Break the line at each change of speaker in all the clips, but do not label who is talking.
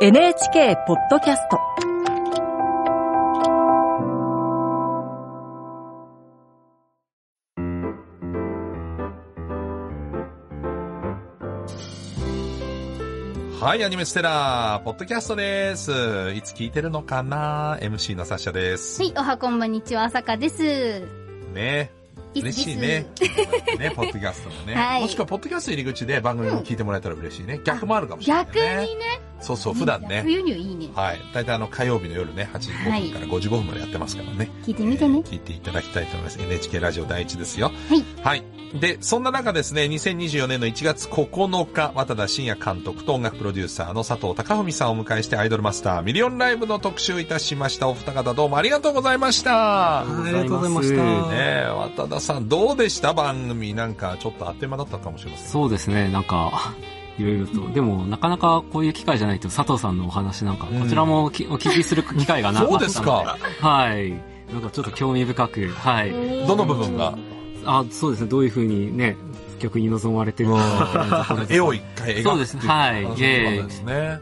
NHK ポッドキャスト
はい、アニメステラー、ポッドキャストです。いつ聞いてるのかな ?MC のサッシャです。
はい、おはこんばんにちは、あさかです。
ね。
いつ
嬉しいね。ね、ポッドキャストのね。
はい
もしくは、ポッドキャスト入り口で番組を聞いてもらえたら嬉しいね。逆もあるかもしれない、ね。
逆にね。
そうそう、普段ね。
冬にはいいね。
はい。大体あの、火曜日の夜ね、8時5分から55分までやってますからね。
聞いてみてね
えー。聞いていただきたいと思います。NHK ラジオ第一ですよ。
はい。
はい。で、そんな中ですね、2024年の1月9日、渡田信也監督と音楽プロデューサーの佐藤隆文さんをお迎えしてアイドルマスターミリオンライブの特集いたしました。お二方どうもありがとうございました。ね
ありがとうございました
え、渡田さんどうでした番組なんかちょっとあっという間だったかもしれません。
そうですね、なんか、 いろいろと。でも、なかなかこういう機会じゃないと、佐藤さんのお話なんか、こ
うん
ちらもきお聞きする機会がなかった
そう
の で。
ですか。
はい。なんかちょっと興味深く、はい。
どの部分が
あ、そうですね、どういうふうにね、曲に臨まれてるのかっていうところで
絵を一回描くっていう
そうですねは
話
い
だったんですね。
なんか、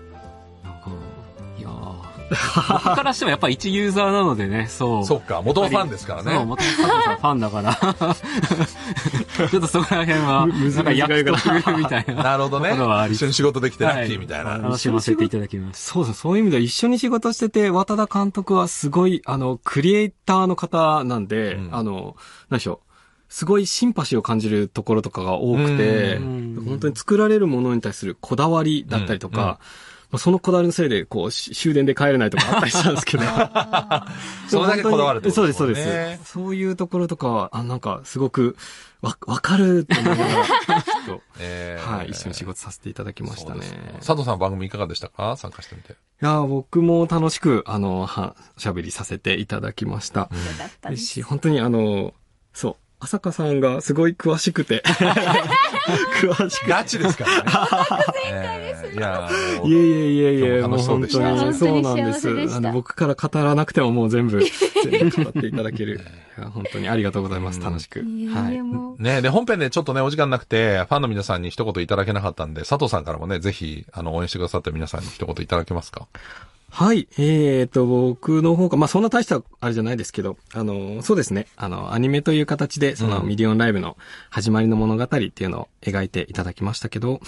いやー僕からしてもやっぱ一ユーザーなのでね、そう。
そうか、元ファンですから
そう、
ね。
また佐藤さんファンだから。 ちょっとそこら辺は、
む
なんか役とす るみたい な。
なるほどね。
ところはあり
一緒に仕事できてラッキーみたいな。
楽しませていただきます。
そうそう、そういう意味では一緒に仕事してて、渡田監督はすごい、あの、クリエイターの方なんで、
うん
あの、何でしょう。すごいシンパシーを感じるところとかが多くて、
うん
本当に作られるものに対するこだわりだったりとか、
うんうん
まあ、そのこだわりのせいで、こう、し終電で帰れないとかあったりしたんですけど。
それだけこだわるってこと
そう
で
ですす、
も
そ
ん
う
ね
です。そういうところとかは、あなんか、すごく、わ、わかるって思い ながら、ちょっ
え
と、
ー
はい、一緒に仕事させていただきました
そうです
ね。
佐藤さん番組いかがでしたか参加してみて。
いやー、僕も楽しく、あの、は、喋りさせていただきました。
だったで
です
す。
し、本当にあの、そう、朝香さんがすごい詳しくて。詳しくて。
ガチです からね。えーいやー、もう
いえいえいえいえ、
今日も
もう
楽しそう
本
でした
当に、そうな
本
ん
当
で
に幸
す
せでし。た
あの、僕から語らなくてももう全部、全部語っていただける。いや本当にありがとうございま
う
す。
ん
楽しく。
いや
はい
や
い。
もう
ねで、本編でちょっとね、お時間なくて、ファンの皆さんに一言いただけなかったんで、佐藤さんからもね、ぜひ、あの、応援してくださった皆さんに一言いただけますか
はい。えーと、僕の方が、まあ、そんな大したあれじゃないですけど、あの、そうですね。あの、アニメという形で、その
うん
ミリオンライブの始まりの物語っていうのを描いていただきましたけど、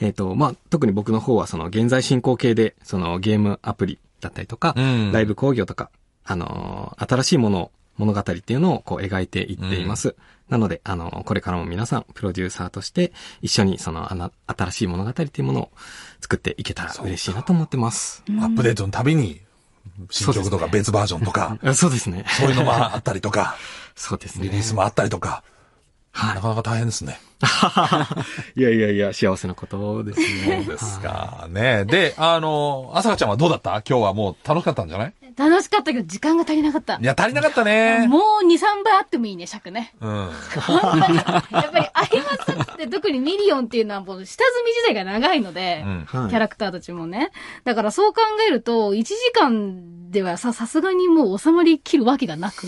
えーと、まあ、特に僕の方は、その現在進行形で、そのゲームアプリだったりとか、
ん
ライブ工業とか、あの、新しいものを、物語っていうのをこう描いていっています。なので、あの、これからも皆さん、プロデューサーとして、一緒にその、あな新しい物語っていうものを作っていけたら嬉しいなと思ってます。
アップデートのたびに、新曲と
そ
か
うですね
別バージョンとか、
あそうですね。
そういうのもあったりとか、
そうです ね。
リリースもあったりとか、
は
なかなか大変ですね。
い。いやいやいや、幸せなことです ね。
ですか。ねで、あの、朝香ちゃんはどうだった今日はもう楽しかったんじゃない
楽しかったけど、時間が足りなかった
い。や、足りなかったね。
もう2、3倍あってもいいね、尺 ね。
うん。
本当に。やっぱりありますって、特にミリオンっていうのはもう下積み時代が長いので
う、 ん。
はい。
キャラクターたちもね。だからそう考えると、1時間ではさ、さすがにもう収まりきるわけがなく、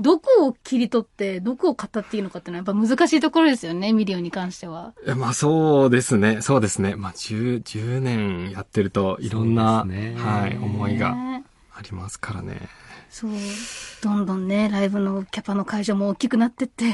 どこを切り取って、どこを語っていいのかってのはやっぱ難しいところですよね、ミリオンに関しては。
えまあそうですね。そうですね。まあ10、10年やってると、いろんな、
そうですね
はい、思いが
ね
ありますからね。
そう。どんどんね、ライブのキャパの会場も大きくなってって、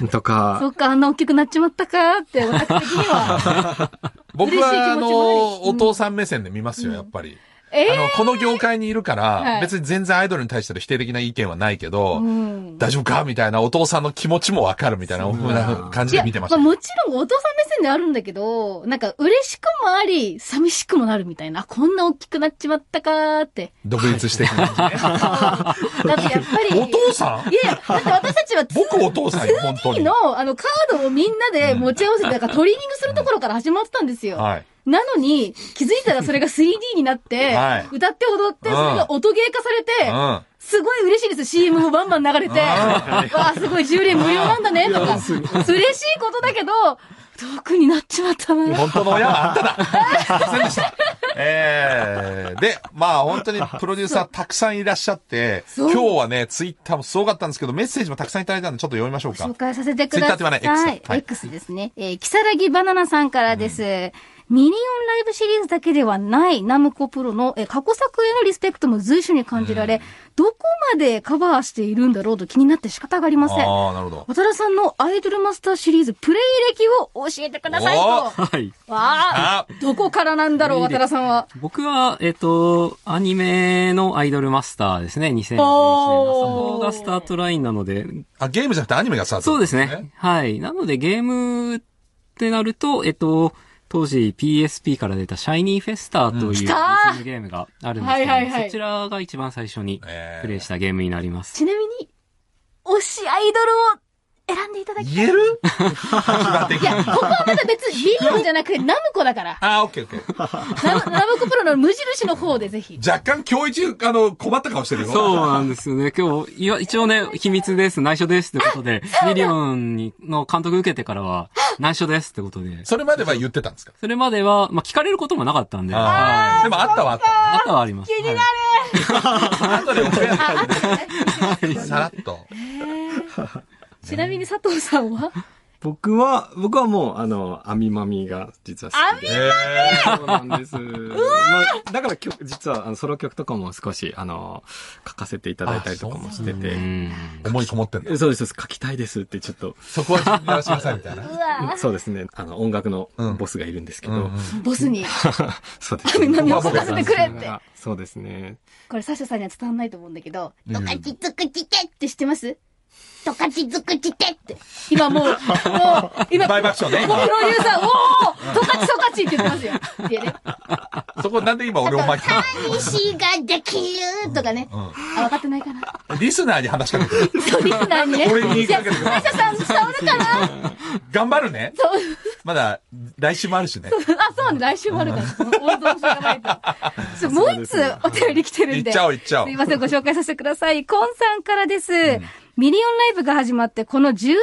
うん
と
そ
か、
っか、あんな大きくなっちまったかって、私的に は。
僕
嬉しい気持ち
は、あ
もある
の、
し
お父さん目線で見ますよ、
うん
やっぱり。
え
あの、この業界にいるから、
はい
別に全然アイドルに対しての否定的な意見はないけ
ー
ど、
うん。
大丈夫かみたいなお父さんの気持ちもわかるみたいな
そう
な感じで見てました
い
よ。
やあもちろんお父さん目線ではあるんだけど、なんか嬉しくもあり、寂しくもなるみたいな、あこんな大きくなっちまったかーって。
独立していく感じ ね。
だってやっぱり。
お父さん
いや、だって私たちはツ
僕お父さんよ、本当
ー
に。
の、あの、カードをみんなで持ち合わせて、だからトレーニングするところから始まってたんですよ。
はい。
なのに、気づいたらそれが 3D になって、
はい
歌って踊って、それが音ゲー化され
うん。
て、すごい嬉しいです。CM もバンバン流れて、わあ、すごい10連無料なんだね、とか、嬉しいことだけど、遠くになっちまったな。
本当の親はあんただすいませんでした。えー、で、まあ本当にプロデューサーたくさんいらっしゃって、
そう
今日はね、ツイッターもすごかったんですけど、メッセージもたくさんいただいたんで、ちょっと読みましょうか
紹。介させてください。
Twitter って言わない X だはい
X ですね。えー、キサラギバナナさんからです。ミリオンライブシリーズだけではないナムコプロのえ過去作へのリスペクトも随所に感じられ、どこまでカバーしているんだろうと気になって仕方がありません。
ああ、なるほど。
渡田さんのアイドルマスターシリーズプレイ歴を教えてくださいと。
お
わ
はい。
あ、
あ
どこからなんだろう、
プ
渡
レイ歴
田さんは。
僕は、えっ、と、アニメのアイドルマスターですね、2011年。そ
おー
こがスタートラインなので、
あ、ゲームじゃなくてアニメがさ、
そうですね。。はい。なのでゲームってなると、えっと、当時 PSP から出たシャイニーフェスターという
来
リズ
たー
ムゲームがあるんですけど、
はいはいはい
そちらが一番最初に
えー
プレイしたゲームになります。
ちなみに、推しアイドルを選んでいただきたい。
言える暇的
いや、ここはまだ別にミリオンじゃなくてナムコだから。
あー、オッケーオッケー。
ナムナムコプロの無印の方でぜひ。
若干今日一、あの、困った顔してるよ。
そうなんですよね。今日、いや一応ね、秘密です、内緒ですってこ とで、ミリオンにの監督受けてからは、内緒ですってことで、
それまでは言ってたんですか
それまでは、まあ、聞かれることもなかったんで、
あ
は
ー
い
でもあったはあった。
あとはあります。
気になる
はい
後で送れない。さらっと。
ちなみに佐藤さんは
僕は、僕はもう、あの、アミマミが実は好きで。
えー
そうなんです。まあ、だから曲、実は、あの、ソロ曲とかも少し、あの、書かせていただいたりとかもして
う
て。
ん
思いこもってんだ。
そうです、そうです書きたいですってちょっと、
そこは自分でやらせなさいみたいな。
うわ
そうですね、あの、音楽の
うん
ボスがいるんですけ
う
ど、
んうん
ボス に、
そうで
ア
す
ミマミ
を書かせ
てくれって。
そうですね。
これサッシャさんには伝わんないと思うんだけど、
うん
トカチズクチテって知ってますトカチズクチテって。今もう、 もう、今、
大爆笑ね
もうプ ロデューサー、おおトカチソカチって言ってますよ。でね、
そこなんで今俺お前に
西ができるとかね。あ、分かってないかな。
リスナーに話しかけてる。
そう、リスナーにね。
俺に言いかけてくる
いやサッシャさん伝わる かな
頑張るね。
そう。
まだ来週もあるしね。
あ、そうね、来週もあるから、その 温存しとかないと。そうもう一つお便り来てるん
行
で。
っちゃおう行っちゃおう
すい。ません、ご紹介させてくだ さい。コンさんからです。ミリオンライブが始まって、この10年目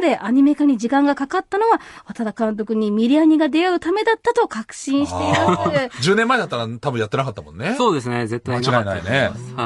までアニメ化に時間がかかったのは、渡田監督にミリアニが出会うためだったと確信してい
あ
ま
ー
す。
10年前だったら多分やってなかったもんね。
そうですね、絶
間
対
違い
か
な
った
いね
と思ま。す
うん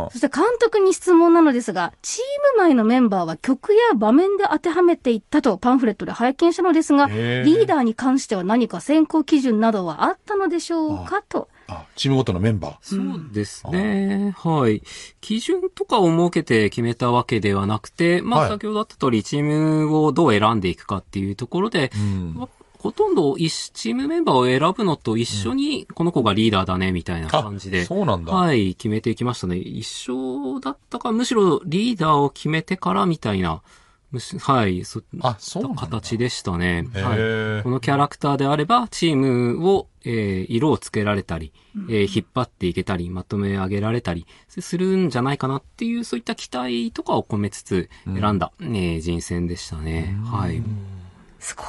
はい。
そして監督に質問なのですが、チーム内のメンバーは曲や場面で当てはめていったとパンフレットで拝見したのですが、リ
へー
ーダーに関しては何か選考基準などはあったのでしょうかと。
あチームごとのメンバ
そうですね。はい。基準とかを設けて決めたわけではなくて、ま
は
あ
い
先ほどあった通り、チームをどう選んでいくかっていうところで
ー。、うん。
まあほとんど一チームメンバーを選ぶのと一緒に、この子がリーダーだね、みたいな感じで。
そうなんだ。
はい、決めていきましたね。一緒だったか、むしろリーダーを決めてからみたいな、むしはい、そういっ
あ、そう
た
なんだ。
形でしたね。
へ
はい。
ー
このキャラクターであれば、チームを、えー色をつけられたり、えー引っ張っていけたり、まとめ上げられたり、するんじゃないかなっていう、そういった期待とかを込めつつ、選んだ、えー人選でしたね。はい。
すごい。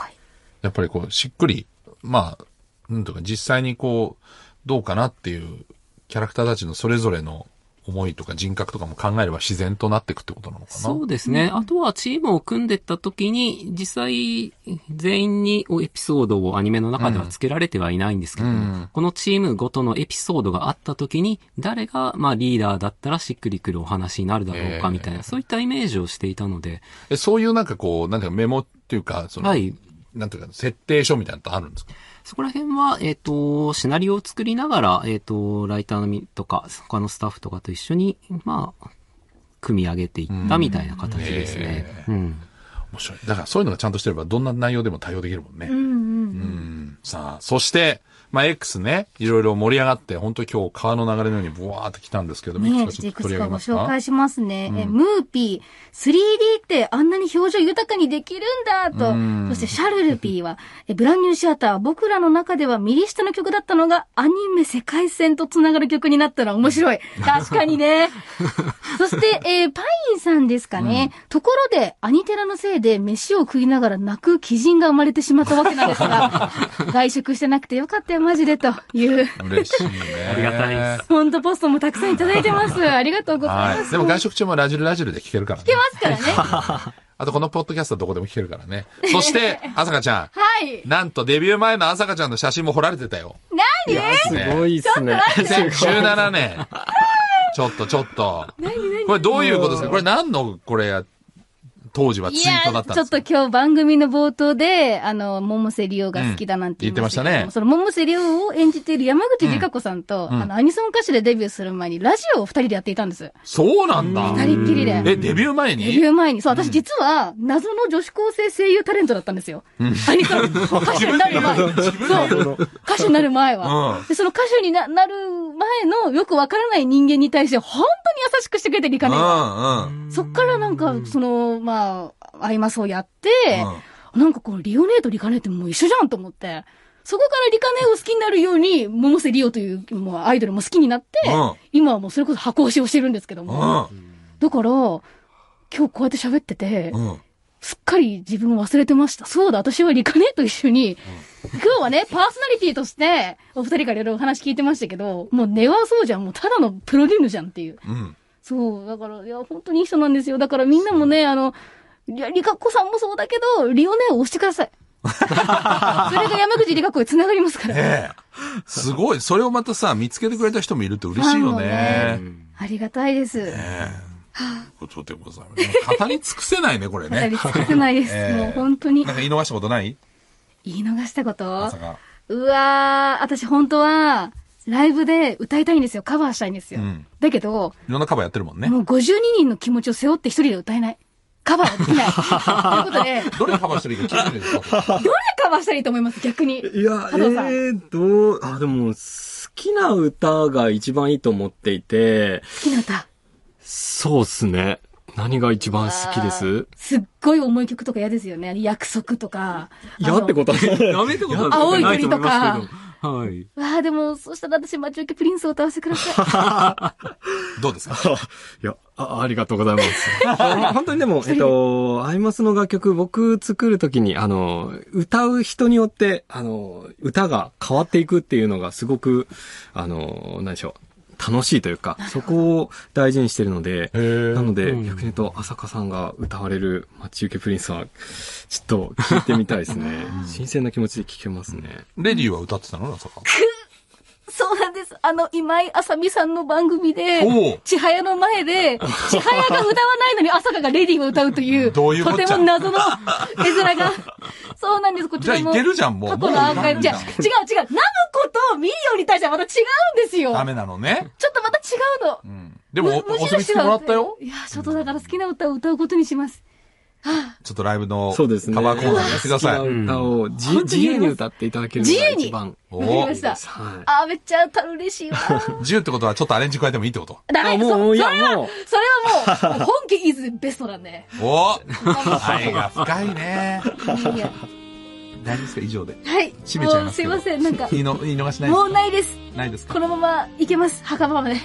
やっぱりこう、しっくり、まあ、うんとか、実際にこう、どうかなっていう、キャラクターたちのそれぞれの思いとか人格とかも考えれば自然となっていくってことなのかな。
そうですね。あとはチームを組んでった時に、実際、全員にエピソードをアニメの中ではつけられてはいないんですけども、
うん
このチームごとのエピソードがあった時に、誰が、まあ、リーダーだったらしっくりくるお話になるだろうか、みたいな、
ええ
そういったイメージをしていたので、
えそういうなんかこう、なんていうかメモっていうか、その、
はい。
なんていうか、設定書みたいなのとあるんですか
そこら辺は、えっ、と、シナリオを作りながら、えっ、と、ライターのみとか、他のスタッフとかと一緒に、まあ、組み上げていったみたいな形ですね。うん
面白い。だからそういうのがちゃんとしてれば、どんな内容でも対応できるもんね。
うんうん。
うんさあ、そして、まあ、X ね、いろいろ盛り上がって、本当今日川の流れのようにブワーって来たんですけども、
ね
いくつか
え、
ちょ
い
っと
く
取
つ
り
か
上げ
ご
ます
紹
か
介しますね。え、ムーピー、3D ってあんなに表情豊かにできるんだ
う
と
ん。
そしてシャルルピーは、え、ブランニューシアター、僕らの中では右下の曲だったのがアニメ世界線とつながる曲になったら 面白い。確かにね。そして、えーパインさんですかね。ところで、アニテラのせいで飯を食いながら泣く鬼人が生まれてしまったわけなんですが、 外食してなくてよかったよ、マジで、という。
嬉しいね。
ありがたいで
い
フォントポストもたくさんいただいてます。ありがとうございます。
はい。でも外食中もラジルラジルで聞けるからね。聞け
ますからね。は
あとこのポッドキャストはどこでも聞けるからね。そして、あさかちゃ
い
ん。。なんとデビュー前のあさかちゃんの写真も掘られてたよ。
いや、すごいですね。
2017年。ちょっとちょっと。これどういうことですかこれ何の、これ、当時はいツイ
や
ートだったん
ち
で
ょっ
す
と
けど
今日番組の冒頭で、あの、桃瀬里央が好きだなんて
うん言ってましたね
その桃瀬里央を演じている山口里香子さんと、
うんうん
あの、アニソン歌手でデビューする前に、ラジオを二人でやっていたんです。
そうなんだ。
二人っきりで。
え、デビュー前
デビュ
に
ー前に、そう、私実は、謎の女子高生声優タレントだったんですよ。アニソ ン、歌手になる前。そう、歌手になる前は。
うん
で、その歌手にななる前の、よくわからない人間に対して、本当に優しくしてくれて、リカネが。
うんうん。
そっからなんか、その、まあ、アイマスをやって、なんかこのリオネーとリカネってもう一緒じゃんと思って、そこからリカネを好きになるように、百瀬リオという、もうアイドルも好きになって、
うん
今はもうそれこそ箱推しをしてるんですけど
う
も。
ん。
だから、今日こうやって喋ってて、
うん。うん。
すっかり自分を忘れてました。そうだ、私はリカネと一緒に、今日はね、パーソナリティとして、お二人からいろいろお話聞いてましたけど、もう根はそうじゃん、もうただのプロデューヌじゃんっていう。
うん。
そう、だから、いや、本当にいい人なんですよ。だからみんなもね、あの、いや、リカッコさんもそうだけど、リオネを押してく ださい。それが山口リカッコに繋がりますから。
ええ。すごい。それをまたさ、見つけてくれた人もいると嬉しいよね。
ありがたいです。
ことでございます。語り尽くせないね、これ
語り
ね
尽。くせないです。
ええ
もう本当に
なん。か言い逃したことない
言い逃したこと
まさか。
うわー、私本当は、ライブで歌いたいんですよ。カバーしたいんですよ。
うん
だけど、
いろんなカバーやってるもんね
も。う52人の気持ちを背負って一人で歌えない。カバーはで きない。ということで、
どれカバーしてるか聞いてみるんですか
どれカバーしたらいいと思います 逆に。
いや、え
加藤さん
ー、どう、あ、でも、好きな歌が一番いいと思っていて、
好きな歌。
そうっすね。何が一番好きです
すっごい重い曲とか嫌ですよね。約束とか。
嫌ってことは
やめてことは
青い
ないと
鳥
思
と
いま
か
すけど。はい。
と。わあ、でも、そしたら私、待ち受けプリンスを歌わせてく ださい。
どうですか
いやあ、ありがとうございます。 本当にでも、えっと、アイマスの楽曲、僕作るときに、あの、歌う人によって、あの、歌が変わっていくっていうのがすごく、あの、何でしょう、楽しいというか、そこを大事にしてるので、なので、
うん
逆に言うと、朝香さんが歌われる待ち受けプリンスは、ちょっと聞いてみたいですね。新鮮な気持ちで聞けますね。
レディーは歌ってたのまさか。
そうなんです。あの、今井あさみさんの番組で
おう、
千早の前 で、千早が歌わないのに朝香がレディーを歌うという、
どういうこっ
と
ちゃ
ても 謎の絵面が。そうなんです、こち
じゃあ
ら
い
も。
けるじゃん、もう。
過去のアーカイブ。違う、違う、違う。ナムコとミリオに対してはまた違うんですよ。
ダメなのね。
ちょっとまた違うの。
うん。でも、お
む
お墨付きもらったよ。
いや、ちょっとだから好きな歌を歌うことにします。
ちょっとライブの
そうですね。
カバーコーナーやってくださ
好
い。
きな歌を自
本当
自
に
由に歌っていただけるのが一番。
お
わかりまし
ー
た。
はい。
あー、めっちゃ歌う嬉しいわ。
自由ってことはちょっとアレンジ加えてもいいってこと
ダメ
あも
そ
うい
そ
や
れは
もう
それはもう、本家イズベストな んで。
おー愛が深いね。
いや
大丈夫ですか以上で。
はい。
閉めちゃいますけど
もうすいません、なんか
言、いの言い逃しないです
もうないです。
ないですか
このまま行けます、墓場 まで。
いや、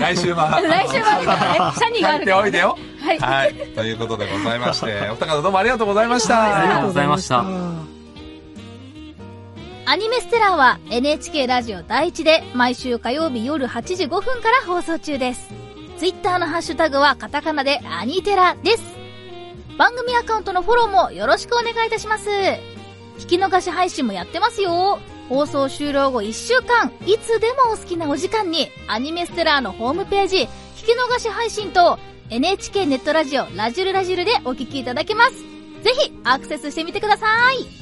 来週は。
来週までからね、シャニがあ
帰っ
るから、ね。
ておいでよ
はい。
はい。ということでございまして、お二方どうもありがとうございました。
ありがとうございました。
アニメステラーは NHK ラジオ第一で毎週火曜日夜8時5分から放送中です。ツイッターのハッシュタグはカタカナでアニテラです。番組アカウントのフォローもよろしくお願いいたします。聞き逃し配信もやってますよ。放送終了後1週間、いつでもお好きなお時間にアニメステラーのホームページ、聞き逃し配信と NHK ネットラジオラジルラジルでお聞きいただけます。ぜひアクセスしてみてください。